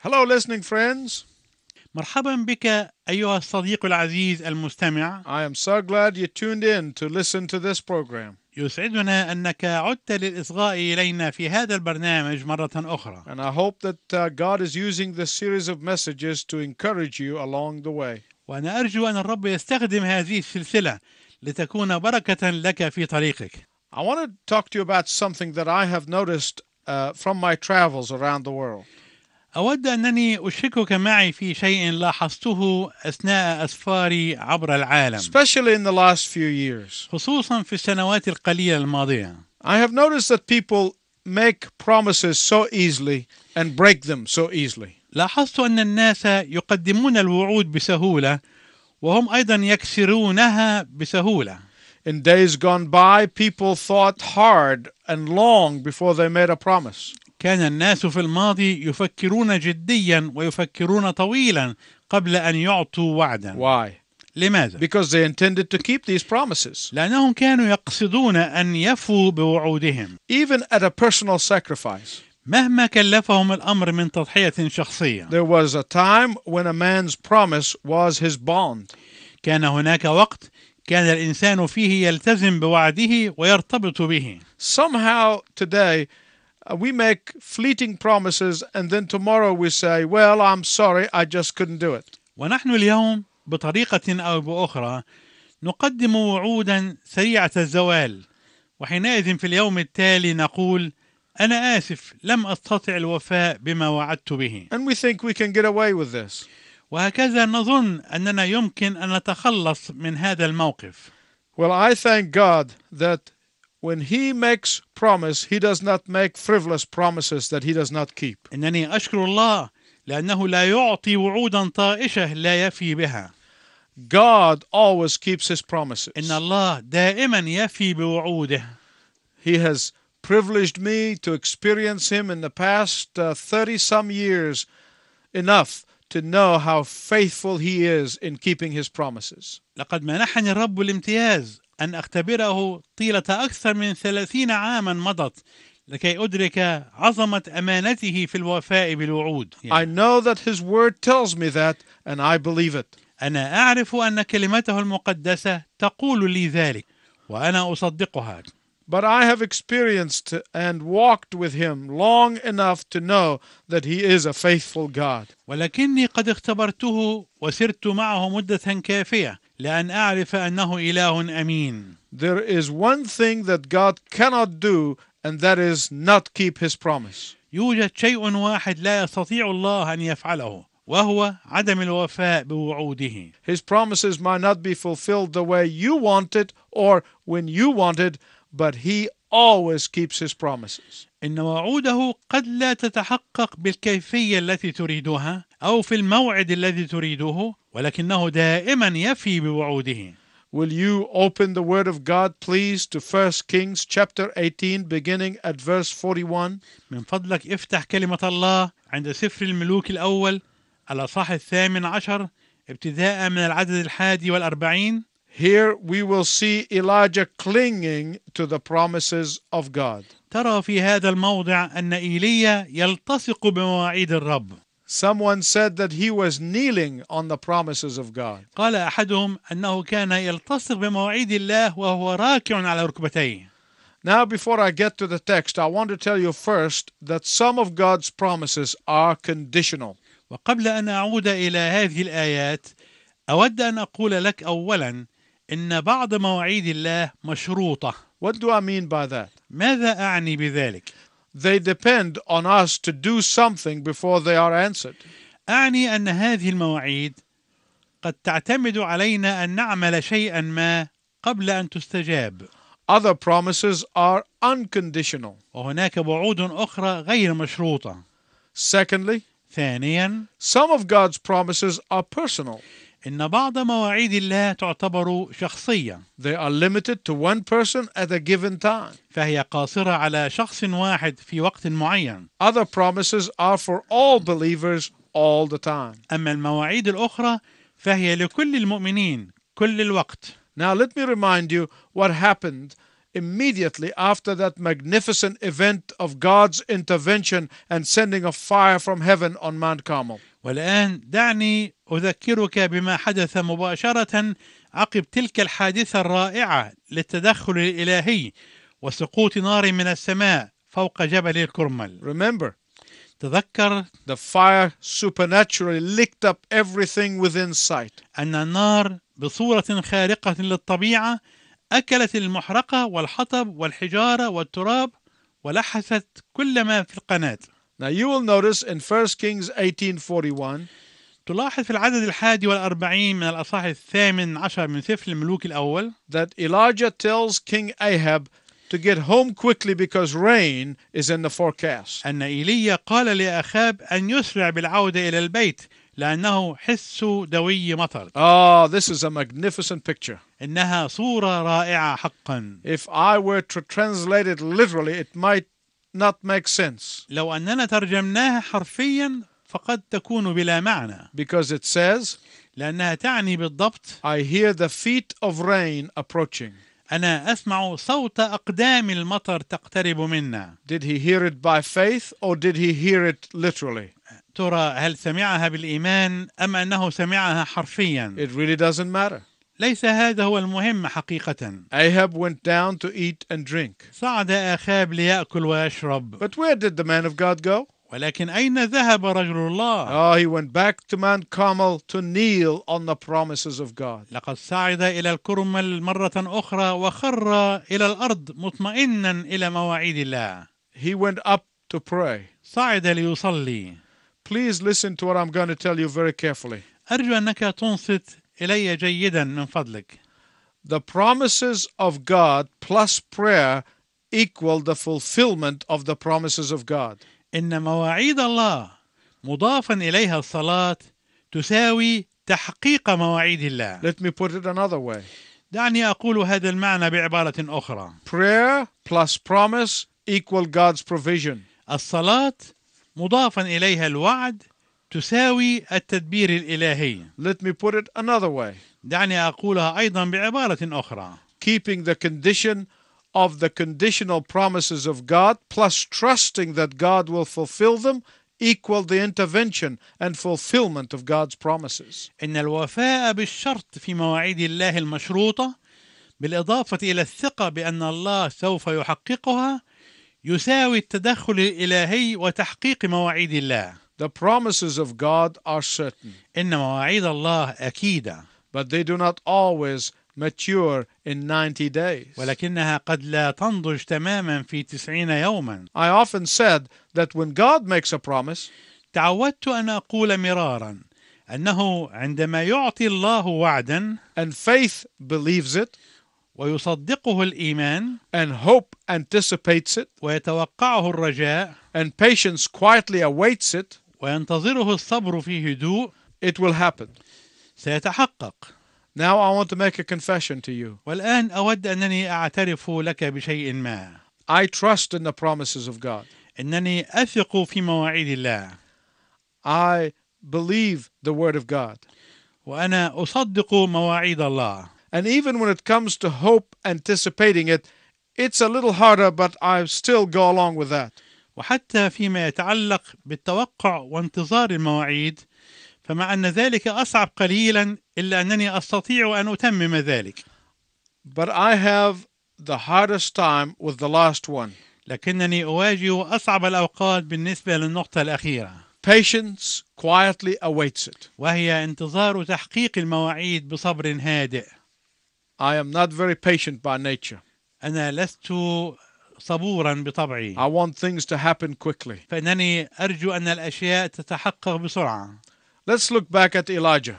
Hello, listening friends. مرحبا بك أيها الصديق العزيز المستمع I am so glad you tuned in to listen to this program. يسعدنا أنك عدت للإصغاء إلينا في هذا البرنامج مرة أخرى And I hope that uh, God is using this series of messages to encourage you along the way. وأنا أرجو أن الرب يستخدم هذه السلسلة لتكون بركة لك في طريقك I want to talk to you about something that I have noticed uh, from my travels around the world. أود أنني أشركك معي في شيء لاحظته أثناء أسفاري عبر العالم Especially in the last few years, خصوصا في السنوات القليلة الماضية I have noticed that people make promises so easily and break them so easily. لاحظت أن الناس يقدمون الوعود بسهولة وهم أيضا يكسرونها بسهولة In days gone by, people thought hard and long before they made a promise. كان الناس في الماضي يفكرون جديا ويفكرون طويلا قبل أن يعطوا وعدا Why? لماذا؟ because they intended to keep these promises, لأنهم كانوا يقصدون أن يفوا بوعودهم even at a personal sacrifice. مهما كلفهم الأمر من تضحية شخصية There was a time when a man's promise was his bond. كان هناك وقت كان الإنسان فيه يلتزم بوعده ويرتبط به Somehow today, uh, we make fleeting promises, and then tomorrow we say, Well, I'm sorry, I just couldn't do it. ونحن اليوم بطريقة أو بأخرى نقدم وعودا سريعة الزوال وحينئذ في اليوم التالي نقول أنا آسف لم أستطع الوفاء بما وعدت به And we think we can get away with this. وهكذا نظن أننا يمكن أن نتخلص من هذا الموقف Well, I thank God that when He makes promise, He does not make frivolous promises that He does not keep. إنني أشكر الله لأنه لا يعطي وعودا طائشة لا يفي بها God always keeps His promises. إن الله دائما يفي بوعوده He has privileged me to experience Him in the past 30 some years enough to know how faithful He is in keeping His promises. لقد منحني الرب الامتياز أن أختبره طيلة أكثر من ثلاثين عاما مضت لكي أدرك عظمة أمانته في الوفاء بالوعود يعني I know that His Word tells me that, and I believe it. أنا أعرف أن كلمته المقدسة تقول لي ذلك وأنا أصدقها But I have experienced and walked with Him long enough to know that He is a faithful God. ولكني قد اختبرته وسرت معه مدة كافية لأن أعرف أنه إله أمين There is one thing that God cannot do, and that is not keep His promise. يوجد شيء واحد لا يستطيع الله أن يفعله وهو عدم الوفاء بوعوده His promises might not be fulfilled the way you want it or when you want it, but He always keeps His promises. إن وعوده قد لا تتحقق بالكيفية التي تريدها أو في الموعد الذي تريده ولكنه دائما يفي بوعوده Will you open the Word of God, please, to 1 Kings chapter 18, beginning at verse 41? من فضلك افتح كلمة الله عند سفر الملوك الأول الأصحاح الثامن عشر ابتداء من العدد الحادي والأربعين Here we will see Elijah clinging to the promises of God. ترى في هذا الموضع أن إيليا يلتصق بمواعيد الرب Someone said that he was kneeling on the promises of God. قال أحدهم أنه كان يلتصق بمواعيد الله وهو راكع على ركبتيه Now, before I get to the text, I want to tell you first that some of God's promises are conditional. وقبل أن أعود إلى هذه الآيات أود أن أقول لك أولا إن بعض مواعيد الله مشروطة What do I mean by that? ماذا أعني بذلك؟ They depend on us to do something before they are answered. أعني أن هذه المواعيد قد تعتمد علينا أن نعمل شيئا ما قبل أن تستجاب Other promises are unconditional. وهناك وعود أخرى غير مشروطة Secondly, ثانيا some of God's promises are personal. إن بعض مواعيد الله تعتبر شخصية They are limited to one person at a given time. فهي قاصرة على شخص واحد في وقت معين Other promises are for all believers all the time. أما المواعيد الأخرى فهي لكل المؤمنين كل الوقت Now, let me remind you what happened immediately after that magnificent event of God's intervention and sending of fire from heaven on Mount Carmel. والآن دعني أذكرك بما حدث مباشرة عقب تلك الحادثة الرائعة للتدخل الإلهي وسقوط نار من السماء فوق جبل الكرمل Remember, تذكر the fire supernaturally licked up everything within sight. أن النار بصورة خارقة للطبيعة أكلت المحرقة والحطب والحجارة والتراب ولحست كل ما في القناة Now you will notice in 1 Kings 18:41 تلاحظ في العدد الحادي والأربعين من الأصحاح الثامن عشر من سفر الملوك الأول that Elijah tells King Ahab to get home quickly because rain is in the forecast. أن إيليا قال لأخاب أن يسرع بالعودة إلى البيت لأنه حس دوي مطر Ah, this is a magnificent picture. إنها صورة رائعة حقا If I were to translate it literally, it might not make sense لو أننا ترجمناها حرفيا فقد تكون بلا معنى because it says, لأنها تعني بالضبط I hear the feet of rain approaching. أنا أسمع صوت أقدام المطر تقترب منا Did he hear it by faith or did he hear it literally? ترى هل سمعها بالإيمان أم أنه سمعها حرفيا It really doesn't matter. ليس هذا هو المهم حقيقة Ahab went down to eat and drink. صعد آخاب ليأكل ويشرب But where did the man of God go? ولكن أين ذهب رجل الله؟ Oh, he went back to Mount Carmel to kneel on the promises of God. لقد صعد إلى الكرمل مرة أخرى وخر إلى الأرض مطمئنا إلى مواعيد الله He went up to pray. صعد ليصلي Please listen to what I'm going to tell you very carefully. أرجو أنك تنصت إلي جيدا من فضلك The promises of God plus prayer equal the fulfillment of the promises of God. إن مواعيد الله مضافا إليها الصلاة تساوي تحقيق مواعيد الله Let me put it another way دعني أقول هذا المعنى بعبارة أخرى prayer plus promise equal God's provision. الصلاة مضافا إليها الوعد تساوي التدبير الإلهي Let me put it another way دعني أقولها أيضا بعبارة أخرى keeping the condition of the conditional promises of God plus trusting that God will fulfill them equal the intervention and fulfillment of God's promises. إن الوفاء بالشرط في مواعيد الله المشروطة بالإضافة إلى الثقة بأن الله سوف يحققها يساوي التدخل الإلهي وتحقيق مواعيد الله The promises of God are certain, إن مواعيد الله أكيدة but they do not always mature in 90 days. ولكنها قد لا تنضج تماما في تسعين يوما I often said that when God makes a promise, تعودت أن أقول مرارا أنه عندما يعطي الله وعدا and faith believes it, ويصدقه الإيمان and hope anticipates it, ويتوقعه الرجاء and patience quietly awaits it, وينتظره الصبر في هدوء it will happen. سيتحقق Now I want to make a confession to you. والآن أود أنني أعترف لك بشيء ما I trust in the promises of God. إنني أثق في مواعيد الله I believe the word of God. وأنا أصدق مواعيد الله And even when it comes to hope anticipating it, it's a little harder, but I still go along with that. وحتى فيما يتعلق بالتوقع وانتظار المواعيد فمع أن ذلك أصعب قليلا إلا أنني أستطيع أن أتمم ذلك But I have the hardest time with the last one. لكنني أواجه أصعب الأوقات بالنسبة للنقطة الأخيرة Patience quietly awaits it. وهي انتظار تحقيق المواعيد بصبر هادئ I am not very patient by nature. أنا لست صبورا بطبعي I want things to happen quickly. فإنني أرجو أن الأشياء تتحقق بسرعة Let's look back at Elijah.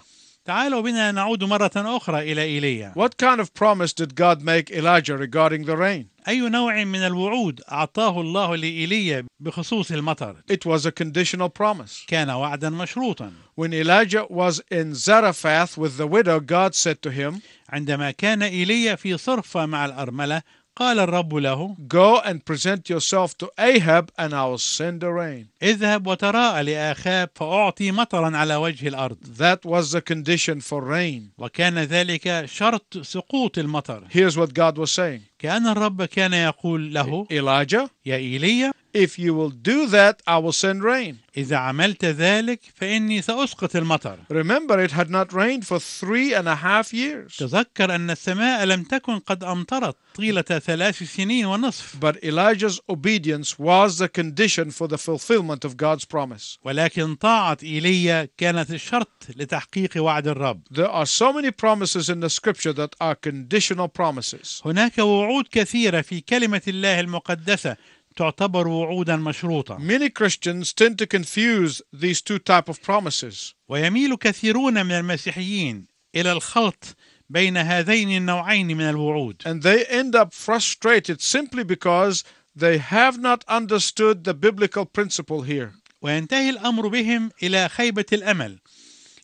تعالوا بنا نعود مرة أخرى إلى إيليا What kind of promise did God make Elijah regarding the rain? أي نوع من الوعود أعطاه الله لإيليا بخصوص المطر It was a conditional promise. كان وعدا مشروطا When Elijah was in Zarephath with the widow, God said to him, عندما كان إيليا في صرفة مع الأرملة قال الرب له Go and present yourself to Ahab, and I will send the rain. اذهب وتراءى لآخاب فأعطي مطرا على وجه الأرض That was the condition for rain. وكان ذلك شرط سقوط المطر Here's what God was saying كأن الرب كان يقول له Elijah, يا إيليا if you will do that, I will send rain. إذا عملت ذلك فإني سأسقط المطر Remember, it had not rained for three and a half years. تذكر أن السماء لم تكن قد أمطرت طيلة ثلاث سنين ونصف But Elijah's obedience was the condition for the fulfillment of God's promise. ولكن طاعة إيليا كانت الشرط لتحقيق وعد الرب There are so many promises in the scripture that are conditional promises. هناك وعود كثيرة في كلمة الله المقدسة تعتبر وعودا مشروطة Many Christians tend to confuse these two type of promises. ويميل كثيرون من المسيحيين إلى الخلط بين هذين النوعين من الوعود and they end up frustrated simply because they have not understood the biblical principle here. وينتهي الأمر بهم إلى خيبة الأمل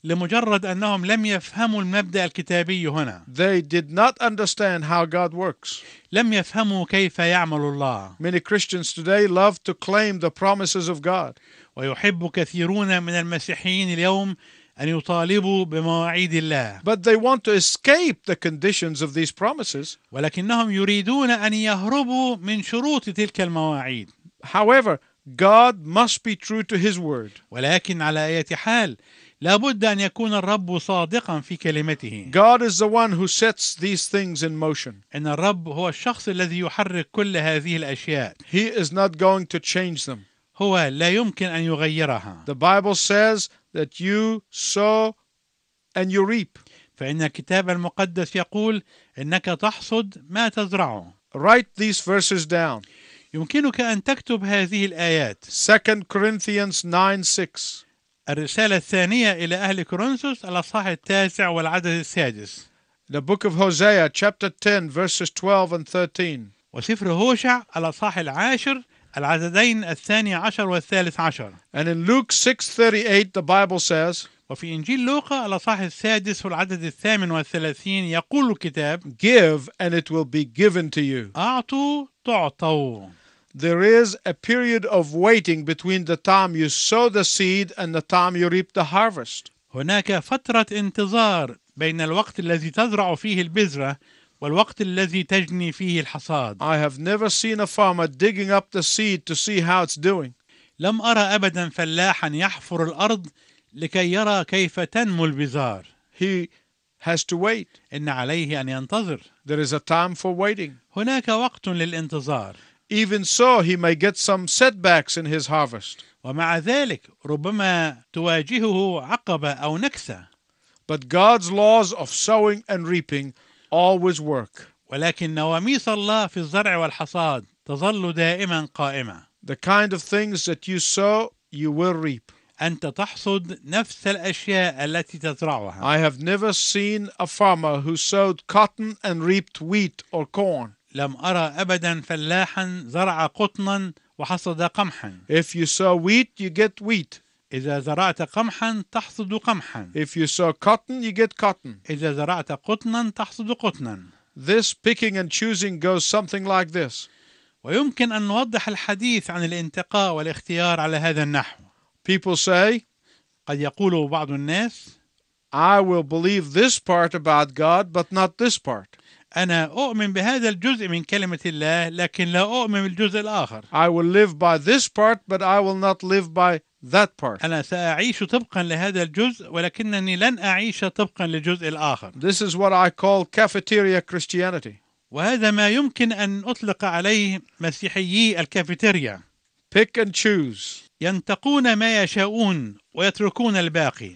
لمجرد أنهم لم يفهموا المبدأ الكتابي هنا They did not understand how God works. لم يفهموا كيف يعمل الله Many Christians today love to claim the promises of God, ويحب كثيرون من المسيحيين اليوم أن يطالبوا بمواعيد الله but they want to escape the conditions of these promises. ولكنهم يريدون أن يهربوا من شروط تلك المواعيد However, God must be true to his word. ولكن على أي حال لابد أن يكون الرب صادقا في كلمته God is the one who sets these things in motion. إن الرب هو الشخص الذي يحرك كل هذه الأشياء He is not going to change them. هو لا يمكن أن يغيرها The Bible says that you sow and you reap. فإن الكتاب المقدس يقول إنك تحصد ما تزرعه Write these verses down. يمكنك أن تكتب هذه الآيات 2 Corinthians 9 6. الرسالة الثانية إلى أهل كورنثوس الأصحاح التاسع والعدد السادس The book of Hosea, chapter 10, verses 12 and 13. وسفر هوشع الأصحاح العاشر العددين الثاني عشر والثالث عشر And in Luke 6 38, the Bible says, وفي إنجيل لوقا الأصحاح السادس والعدد الثامن والثلاثين يقول الكتاب Give and it will be given to you. أعطوا تعطوا There is a period of waiting between the time you sow the seed and the time you reap the harvest. هناك فترة انتظار بين الوقت الذي تزرع فيه البذرة والوقت الذي تجني فيه الحصاد I have never seen a farmer digging up the seed to see how it's doing. لم أرى أبدا فلاحا يحفر الأرض لكي يرى كيف تنمو البذار He has to wait. إن عليه أن ينتظر There is a time for waiting. هناك وقت للانتظار Even so, he may get some setbacks in his harvest. ومع ذلك ربما تواجهه عقبة أو نكسة But God's laws of sowing and reaping always work. ولكن نواميس الله في الزرع والحصاد تظل دائما قائمة The kind of things that you sow, you will reap. أنت تحصد نفس الأشياء التي تزرعها I have never seen a farmer who sowed cotton and reaped wheat or corn. لم أرى أبدا فلاحا زرع قطنا وحصد قمحا If you sow wheat, you get wheat. إذا زرعت قمحا تحصد قمحا If you sow cotton, you get cotton. إذا زرعت قطنا تحصد قطنا This picking and choosing goes something like this ويمكن أن نوضح الحديث عن الانتقاء والاختيار على هذا النحو People say, قد يقول بعض الناس I will believe this part about God, but not this part. أنا أؤمن بهذا الجزء من كلمة الله لكن لا أؤمن بالجزء الآخر I will live by this part, but I will not live by that part. أنا سأعيش طبقا لهذا الجزء ولكنني لن أعيش طبقا للجزء الآخر This is what I call cafeteria Christianity. وهذا ما يمكن أن أطلق عليه مسيحيي الكافيتيريا Pick and choose. ينتقون ما يشاءون ويتركون الباقي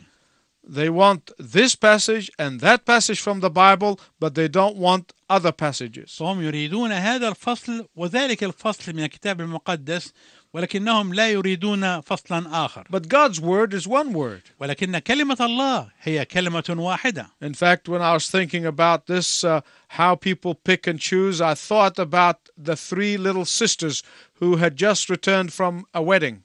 They want this passage and that passage from the Bible, but they don't want other passages. فهم يريدون هذا الفصل وذلك الفصل من الكتاب المقدس ولكنهم لا يريدون فصلا آخر But God's word is one word. ولكن كلمة الله هي كلمة واحدة In fact, when I was thinking about this, uh, how people pick and choose, I thought about the three little sisters who had just returned from a wedding.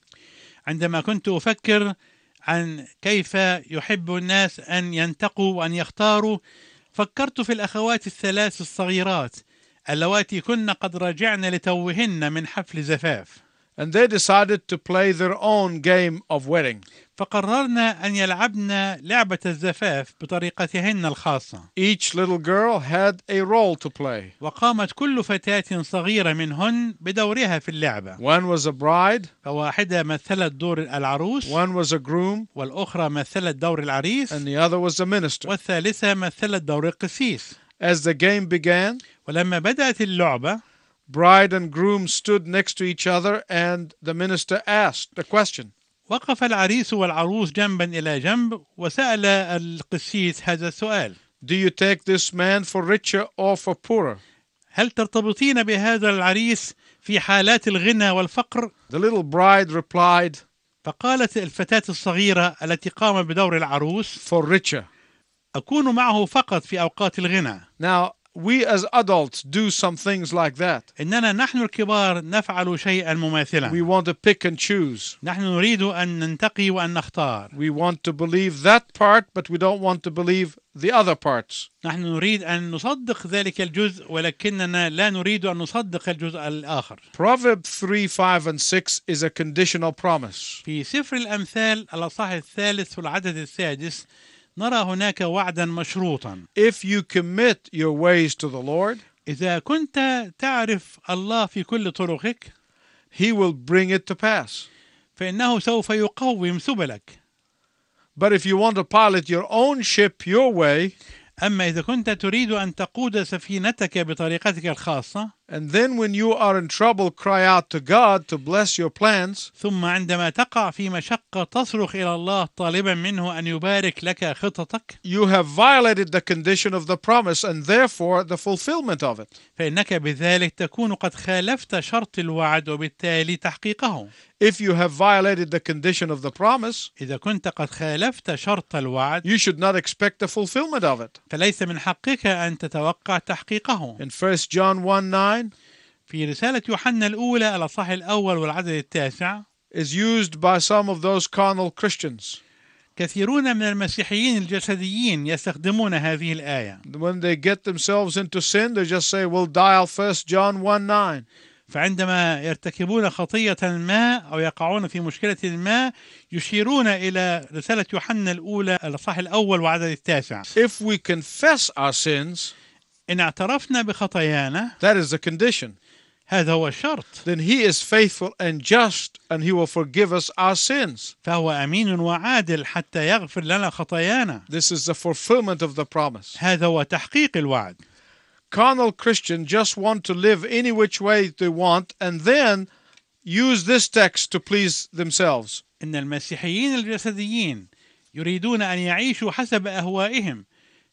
عندما كنت أفكر عن كيف يحب الناس أن ينتقوا وأن يختاروا فكرت في الأخوات الثلاث الصغيرات اللواتي كن قد رجعن لتوهن من حفل زفاف And they decided to play their own game of wedding. فقررنا أن يلعبن لعبة الزفاف بطريقتهن الخاصة Each little girl had a role to play. وقامت كل فتاة صغيرة منهن بدورها في اللعبة One was a bride, فواحدة مثلت دور العروس one was a groom, والأخرى مثلت دور العريس and the other was the minister. والثالثة مثلت دور القسيس As the game began, ولما بدأت اللعبة bride and groom stood next to each other, and the minister asked the question. وقف العريس والعروس جنبا إلى جنب وسأل القسيس هذا السؤال Do you take this man for richer or for poorer? هل ترتبطين بهذا العريس في حالات الغنى والفقر؟ The little bride replied, فقالت الفتاة الصغيرة التي قامت بدور العروس For richer. أكون معه فقط في أوقات الغنى Now, we as adults do some things like that. إننا نحن الكبار نفعل شيئا We مماثلا want to pick and choose. نحن نريد أن ننتقي وأن نختار We want to believe that part, but we don't want to believe the other parts. نحن نريد أن نصدق ذلك الجزء ولكننا لا نريد أن نصدق الجزء الآخر Proverb 3, 5, and 6 is a conditional promise. في سفر الأمثال الأصحاح الثالث والعدد السادس نرى هناك وعدا مشروطا If you commit your ways to the Lord, إذا كنت تعرف الله في كل طرقك He will bring it to pass. فإنه سوف يقوم سبلك But if you want to pilot your own ship your way, أما إذا كنت تريد أن تقود سفينتك بطريقتك الخاصة and then when you are in trouble, cry out to God to bless your plans, ثم عندما تقع في مشقة تصرخ إلى الله طالبا منه أن يبارك لك خططك you have violated the condition of the promise and therefore the fulfillment of it. فإنك بذلك تكون قد خالفت شرط الوعد وبالتالي تحقيقه If you have violated the condition of the promise, إذا كنت قد خالفت شرط الوعد you should not expect the fulfillment of it. فليس من حقك أن تتوقع تحقيقه In 1 John 1 9 في رسالة يوحنا الأولى الأصحاح الأول والعدد التاسع is used by some of those carnal Christians. كثيرون من المسيحيين الجسديين يستخدمون هذه الآية When they get themselves into sin, they just say, We'll dial 1 John 1 9. فعندما يرتكبون خطية ما أو يقعون في مشكلة ما يشيرون إلى رسالة يوحنا الأولى الأصحاح الأول والعدد التاسع If we confess our sins, إن اعترفنا بخطايانا that is the condition, هذا هو الشرط then He is faithful and just, and He will forgive us our sins. فهو أمين وعادل حتى يغفر لنا خطايانا This is the fulfillment of the promise. هذا هو تحقيق الوعد Carnal Christians just want to live any which way they want and then use this text to please themselves. إن المسيحيين الجسديين يريدون أن يعيشوا حسب أهوائهم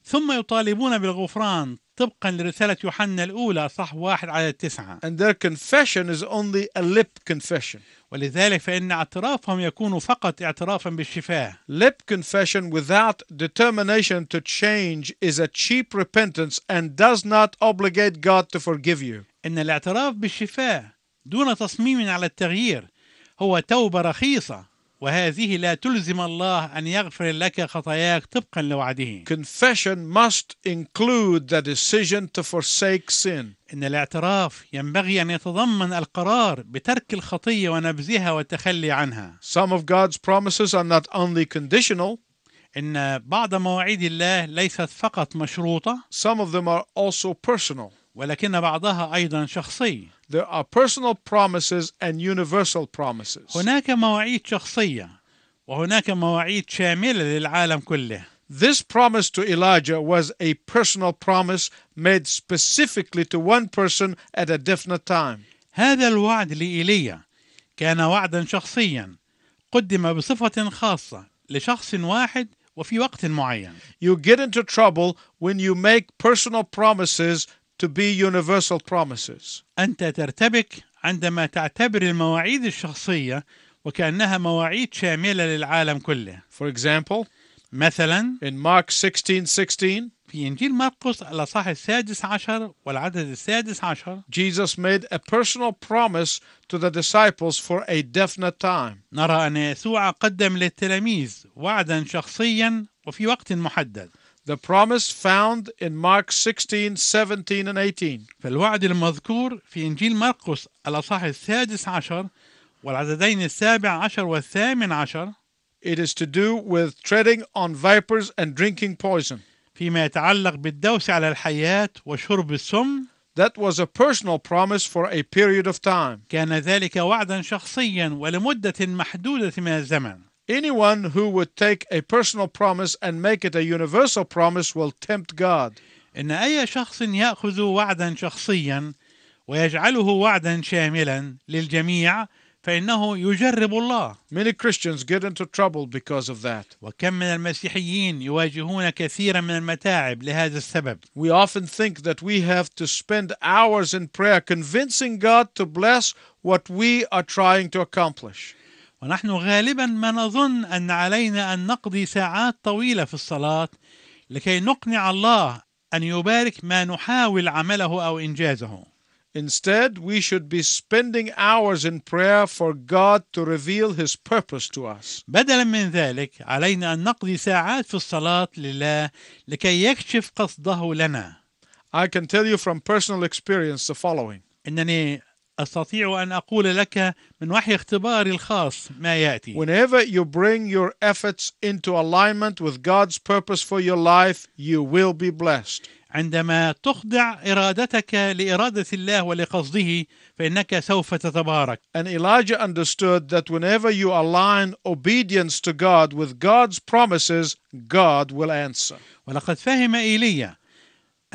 ثم يطالبون بالغفران طبقا لرسالة يوحنا الأولى صح واحد على تسعة And their confession is only a lip confession. ولذلك فإن اعترافهم يكون فقط اعترافا بالشفاه Lip confession without determination to change is a cheap repentance and does not obligate God to forgive you. إن الاعتراف بالشفاه دون تصميم على التغيير هو توبة رخيصة وهذه لا تلزم الله أن يغفر لك خطاياك طبقا لوعده Confession must include the decision to forsake sin. إن الاعتراف ينبغي أن يتضمن القرار بترك الخطية ونبذها والتخلي عنها Some of God's promises are not only conditional, إن بعض مواعيد الله ليست فقط مشروطة some of them are also personal. ولكن بعضها أيضا شخصي There are personal promises and universal promises. هناك مواعيد شخصية وهناك مواعيد شاملة للعالم كله This promise to Elijah was a personal promise made specifically to one person at a definite time. هذا الوعد لإيليا كان وعدا شخصيا قدم بصفة خاصة لشخص واحد وفي وقت معين You get into trouble when you make personal promises to be universal promises. أنت ترتبك عندما تعتبر المواعيد الشخصية وكأنها مواعيد شاملة للعالم كله For example, مثلا in Mark 16 16, في إنجيل مرقس الأصحاح السادس عشر والعدد السادس عشر Jesus made a personal promise to the disciples for a definite time. نرى أن يسوع قدم للتلاميذ وعدا شخصيا وفي وقت محدد The promise found in Mark 16 17 and 18. فالوعد المذكور في إنجيل مرقس الأصحاح السادس عشر والعددين السابع عشر والثامن عشر It is to do with treading on vipers and drinking poison. فيما يتعلق بالدوس على الحياة وشرب السم That was a personal promise for a period of time. كان ذلك وعدا شخصيا ولمدة محدودة من الزمن Anyone who would take a personal promise and make it a universal promise will tempt God. إن أي شخص يأخذ وعدا شخصيا ويجعله وعدا شاملا للجميع فإنه يجرب الله Many Christians get into trouble because of that. وكم من المسيحيين يواجهون كثيرا من المتاعب لهذا السبب We often think that we have to spend hours in prayer convincing God to bless what we are trying to accomplish. ونحن غالبا ما نظن أن علينا أن نقضي ساعات طويلة في الصلاة لكي نقنع الله أن يبارك ما نحاول عمله أو إنجازه Instead, we should be spending hours in prayer for God to reveal His purpose to us. بدلا من ذلك علينا أن نقضي ساعات في الصلاة لله لكي يكشف قصده لنا I can tell you from personal experience the following إنني أستطيع أن أقول لك من وحي اختباري الخاص ما يأتي Whenever you bring your efforts into alignment with God's purpose for your life, you will be blessed. عندما تخضع إرادتك لإرادة الله ولقصده فإنك سوف تتبارك And Elijah understood that whenever you align obedience to God with God's promises, God will answer. ولقد فهم إيليا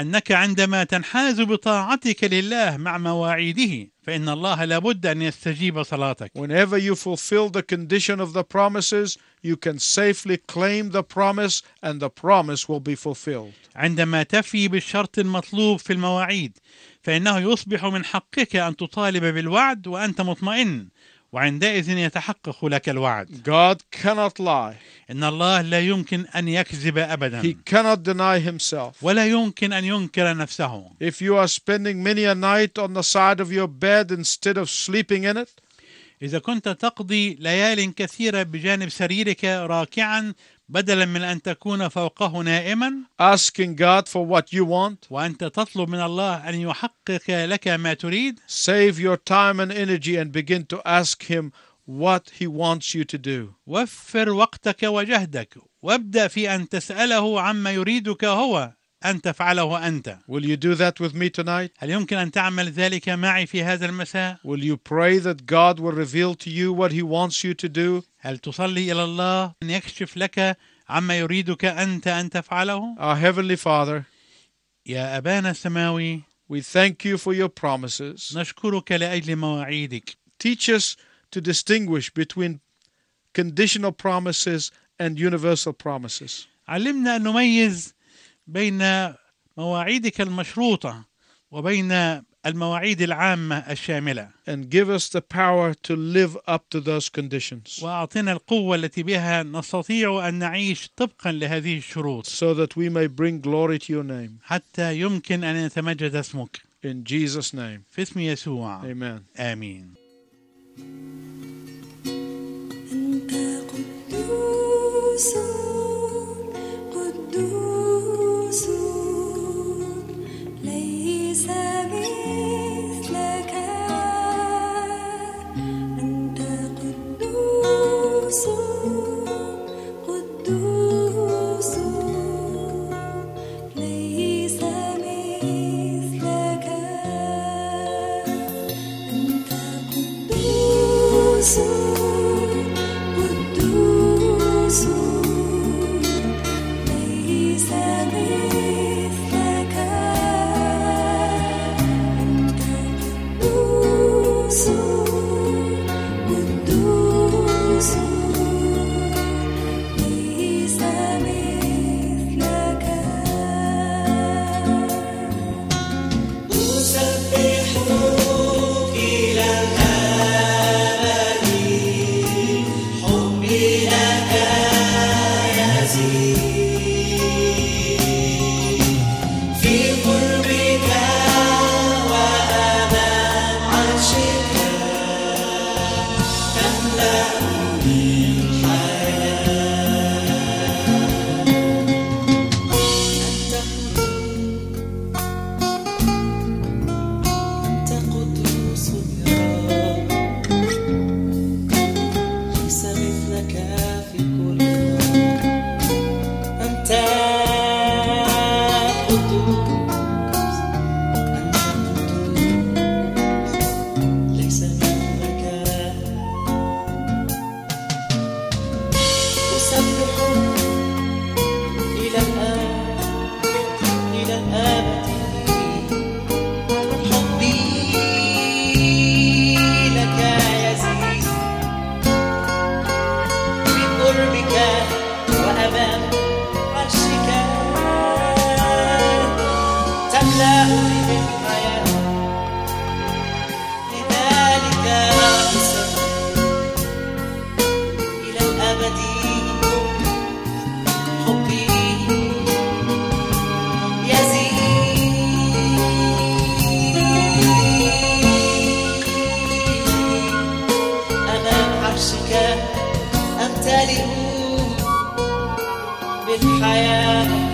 أنك عندما تنحاز بطاعتك لله مع مواعيده فإن الله لابد أن يستجيب صلاتك Whenever you fulfill the condition of the promises, you can safely claim the promise and the promise will be fulfilled. عندما تفي بالشرط المطلوب في المواعيد فإنه يصبح من حقك أن تطالب بالوعد وأنت مطمئن وعندئذ يتحقق لك الوعد God cannot lie. إن الله لا يمكن أن يكذب He أبدا cannot deny himself. ولا يمكن أن ينكر نفسه If you are spending many a night on the side of your bed instead of sleeping in it, إذا كنت تقضي ليال كثيرة بجانب سريرك راكعا بدلا من أن تكون فوقه نائما asking God for what you want, وأنت تطلب من الله أن يحقق لك ما تريد save your time and energy and begin to ask Him what He wants you to do. وفر وقتك وجهدك وابدأ في أن تسأله عما يريدك هو أن تفعله أنت Will you do that with me tonight? هل يمكن أن تعمل ذلك معي في هذا المساء؟ Will you pray that God will reveal to you what He wants you to do? هل تصلي إلى الله أن يكشف لك عما يريدك أنت أن تفعله؟ Our Heavenly Father, يا أبانا السماوي we thank you for your promises. نشكرك لأجل مواعيدك Teach us to distinguish between conditional promises and universal promises. علمنا أن نميز بين مواعيدك المشروطة وبين المواعيد العامة الشاملة and give us the power to live up to those conditions وأعطنا القوة التي بها نستطيع أن نعيش طبقا لهذه الشروط so that we may bring glory to your name. حتى يمكن أن يتمجد اسمك In Jesus' name, في اسم يسوع amen. آمين أنت قدوس قدوس ليس مثلك أنت قدوس قدوس ليس مثلك أنت قدوس قدوس اللهو بالحياة لذلك أقسم إلى الأبد حبي يزيد أمام عرشك أمتلئ بالحياة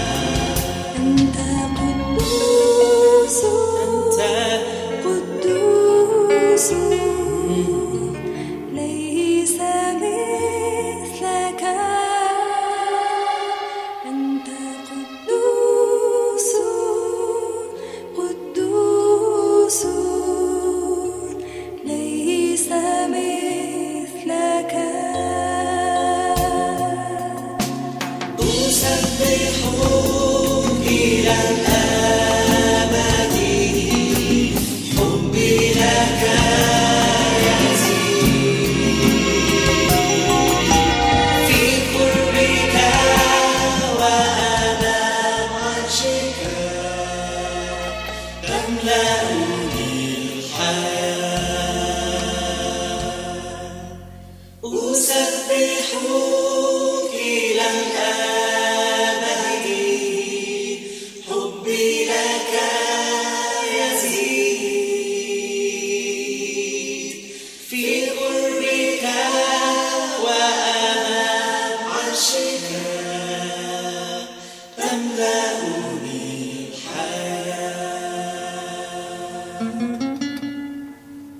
أنت قدوس قدوس ليس مثلك أنت قدوس قدوس ليس مثلك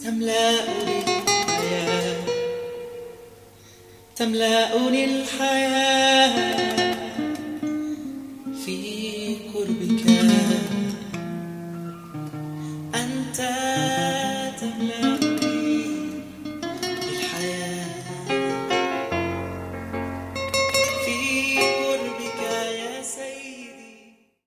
تملأني الحياة تملأني الحياة في قربك